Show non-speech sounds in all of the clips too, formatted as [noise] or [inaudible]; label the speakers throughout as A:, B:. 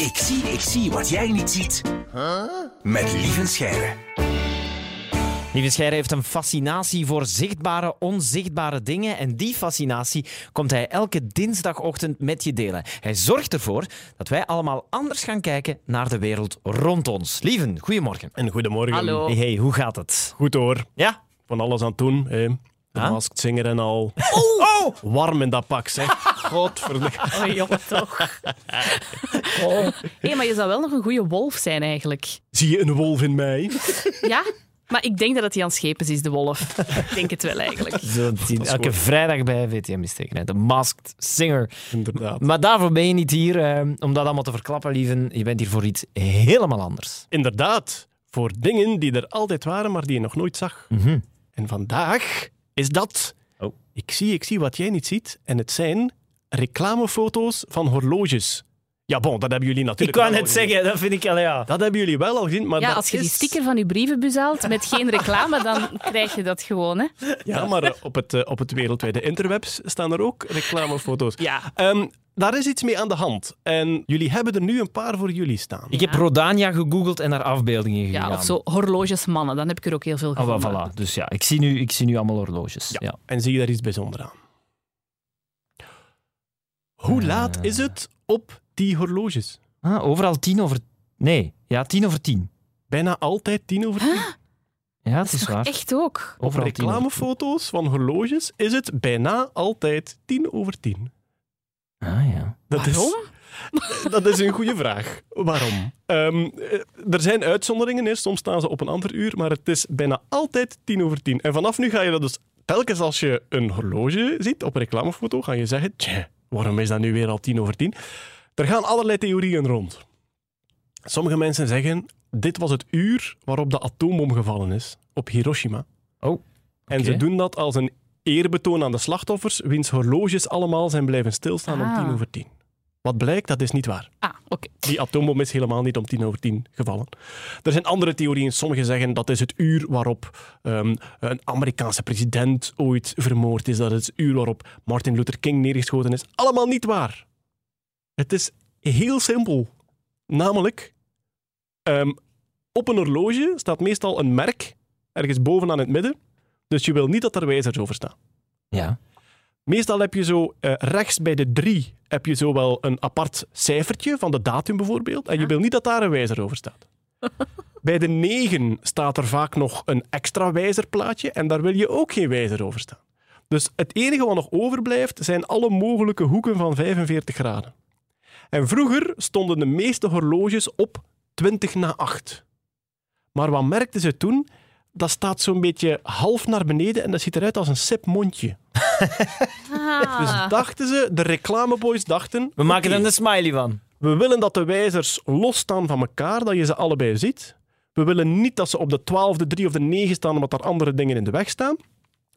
A: Ik zie, ik zie wat jij niet ziet. Met Lieven Scheire.
B: Lieve Scheire heeft een fascinatie voor zichtbare, onzichtbare dingen. En die fascinatie komt hij elke dinsdagochtend met je delen. Hij zorgt ervoor dat wij allemaal anders gaan kijken naar de wereld rond ons. Lieven, goedemorgen.
C: En goedemorgen.
D: Hallo.
B: Hey, hey, hoe gaat het?
C: Goed hoor.
B: Ja?
C: Van alles aan het doen. hè. De
B: Ah? Oh!
C: Masked Singer en al. Oh! Warm in dat pak, zeg.
B: [laughs]
C: Godverdomme.
D: Oh, jongen, toch. Hé, maar je zou wel nog een goede wolf zijn, eigenlijk.
C: Zie je een wolf in mij?
D: Ja? Maar ik denk dat het Jan Schepens is, de wolf. Ik denk het wel, eigenlijk.
B: Zullen we zien. Elke
C: goed.
B: vrijdag bij VTM is tegen. hè. De Masked Singer.
C: Inderdaad.
B: Maar daarvoor ben je niet hier eh, om dat allemaal te verklappen, lieven. Je bent hier voor iets helemaal anders.
C: Inderdaad. Voor dingen die er altijd waren, maar die je nog nooit zag. En vandaag is dat...
B: Mhm. Oh.
C: Ik zie, ik zie wat jij niet ziet. En het zijn reclamefoto's van horloges. Ja, bon, dat hebben jullie natuurlijk wel al gezien.
B: dat vind ik al ja.
C: Dat hebben jullie wel al gezien, maar
D: Ja,
C: dat
D: als je die
C: is-
D: sticker van je brievenbus haalt met geen reclame, dan krijg je dat gewoon, hè.
C: Ja, maar eh, [laughs] op het, eh, op het wereldwijde interwebs staan er ook reclamefoto's.
D: Ja.
C: Ehm, daar is iets mee aan de hand. En jullie hebben er nu een paar voor jullie staan.
B: Ik heb Rodania gegoogeld en naar afbeeldingen gegaan.
D: Ja, of zo horlogesmannen. Dan heb ik er ook heel veel
B: Ah, wel,
D: gevonden.
B: voilà. Dus ja, ik zie nu, ik zie nu allemaal horloges. Ja.
C: En zie je daar iets bijzonders aan? Hoe
B: Eh.
C: laat is het op die horloges?
B: Ah, overal tien over... Nee, ja, tien over tien.
C: Bijna altijd tien over tien.
B: Ja, het is waar.
D: Echt ook.
C: Op
B: Overal tien over
C: reclamefoto's van horloges is het bijna altijd tien over tien.
B: tien. Ah, ja.
C: Dat
D: Waarom?
C: Is, dat is een goede vraag. Waarom? Ehm, eh, er zijn uitzonderingen. hè. Soms staan ze op een ander uur, maar het is bijna altijd tien over tien. En vanaf nu ga je dat dus telkens als je een horloge ziet op een reclamefoto, ga je zeggen, tje, waarom is dat nu weer al tien over tien? Er gaan allerlei theorieën rond. Sommige mensen zeggen, dit was het uur waarop de atoombom gevallen is op Hiroshima.
B: Oh,
C: En
B: Oké.
C: ze doen dat als een eerbetoon aan de slachtoffers, wiens horloges allemaal zijn blijven stilstaan
D: Ah.
C: om tien over tien. Wat blijkt, dat is niet waar.
D: Ah, oké.
C: Die atoombom is helemaal niet om tien over tien gevallen. Er zijn andere theorieën. Sommigen zeggen dat is het uur waarop ehm, een Amerikaanse president ooit vermoord is. Dat is het uur waarop Martin Luther King neergeschoten is. Allemaal niet waar. Het is heel simpel. Namelijk, ehm, op een horloge staat meestal een merk, ergens bovenaan het midden. Dus je wil niet dat er wijzers over staan.
B: Ja.
C: Meestal heb je zo eh, rechts bij de drie heb je zo wel een apart cijfertje van de datum bijvoorbeeld. En je wil niet dat daar een wijzer over staat. bij de negen staat er vaak nog een extra wijzerplaatje en daar wil je ook geen wijzer over staan. Dus het enige wat nog overblijft zijn alle mogelijke hoeken van 45 graden. En vroeger stonden de meeste horloges op 20 na 8. Maar wat merkten ze toen? Dat staat zo'n beetje half naar beneden en dat ziet eruit als een sip mondje.
D: Ah.
C: Dus dachten ze, de reclameboys dachten...
B: We maken
C: oké,
B: er een smiley van.
C: We willen dat de wijzers losstaan van elkaar, dat je ze allebei ziet. We willen niet dat ze op de twaalfde, drie of de negen staan, omdat daar andere dingen in de weg staan.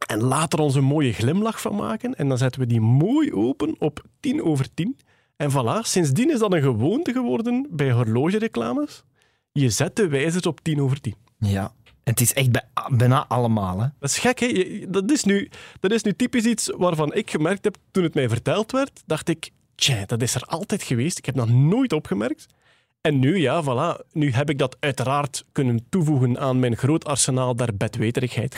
C: En laat er ons een mooie glimlach van maken. En dan zetten we die mooi open op tien over tien. En voilà, sindsdien is dat een gewoonte geworden bij horlogereclames. Je zet de wijzers op tien over tien.
B: Ja. Het is echt bij, bijna allemaal, hè.
C: Dat is gek, hè? Je- je- Dat is, nu, dat is nu typisch iets waarvan ik gemerkt heb toen het mij verteld werd. Dacht ik, tja, dat is er altijd geweest. Ik heb dat nooit opgemerkt. En nu, ja, voilà. Nu heb ik dat uiteraard kunnen toevoegen aan mijn groot arsenaal der
B: [laughs]
C: bedweterigheid.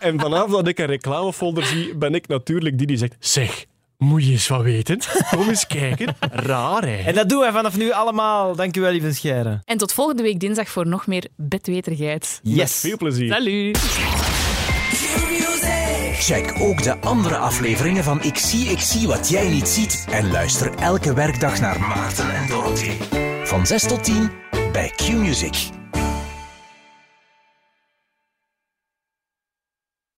C: en vanaf dat ik een reclamefolder zie, ben ik natuurlijk die die zegt... Zeg, moet je eens wat weten? Kom eens kijken. Raar, hè?
B: En dat doen wij vanaf nu allemaal. Dankjewel, lieve Scheire.
D: En tot volgende week dinsdag voor nog meer bedweterigheid.
B: Yes.
C: Veel plezier.
D: Salut.
A: Check ook de andere afleveringen van Ik zie, ik zie wat jij niet ziet. En luister elke werkdag naar Maarten en Dorothy. Van 6 tot 10 bij Q-Music.